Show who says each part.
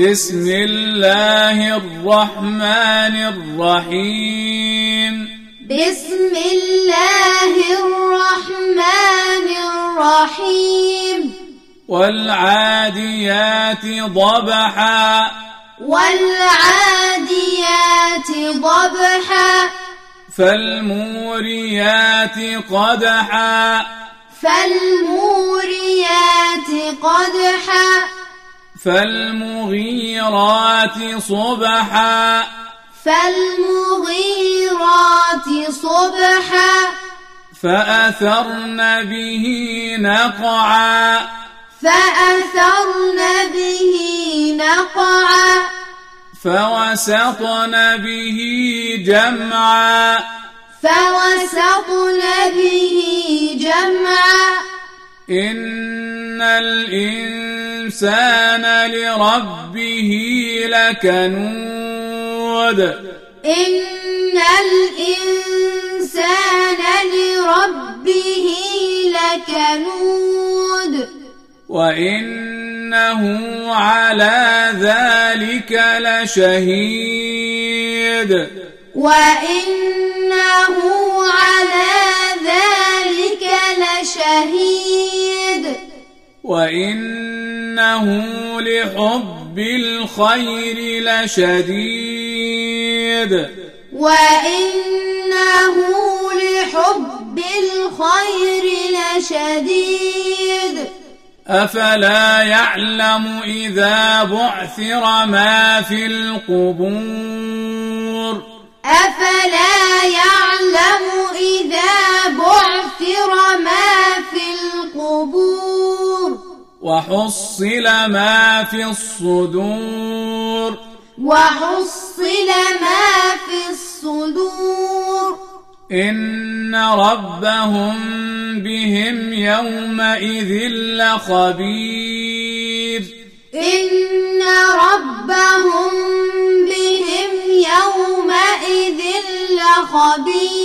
Speaker 1: بسم الله الرحمن الرحيم
Speaker 2: بسم الله الرحمن الرحيم
Speaker 1: والعاديات ضبحا
Speaker 2: والعاديات ضبحا
Speaker 1: فالموريات قدحا
Speaker 2: فالموريات قدحا
Speaker 1: فالمغيرات صبحا
Speaker 2: فالمغيرات صبحا
Speaker 1: فأثرن به نقعا
Speaker 2: فأثرن به نقعا
Speaker 1: فوسطن به جمعا
Speaker 2: فوسطن به جمعا
Speaker 1: إن الإنسان لربه لكنود
Speaker 2: إن الإنسان لربه لكنود
Speaker 1: وإنه على ذلك لشهيد
Speaker 2: وإنه على ذلك لشهيد
Speaker 1: وإنه لحب الخير لشديد
Speaker 2: وإنه لحب الخير لشديد
Speaker 1: أفلا يعلم إذا بعثر ما في القبور
Speaker 2: أفلا يعلم إذا بعثر ما في القبور
Speaker 1: وحصل ما في الصدور
Speaker 2: وحصل ما في الصدور
Speaker 1: إن ربهم بهم يومئذ لخبير
Speaker 2: إن ربهم بهم يومئذ لخبير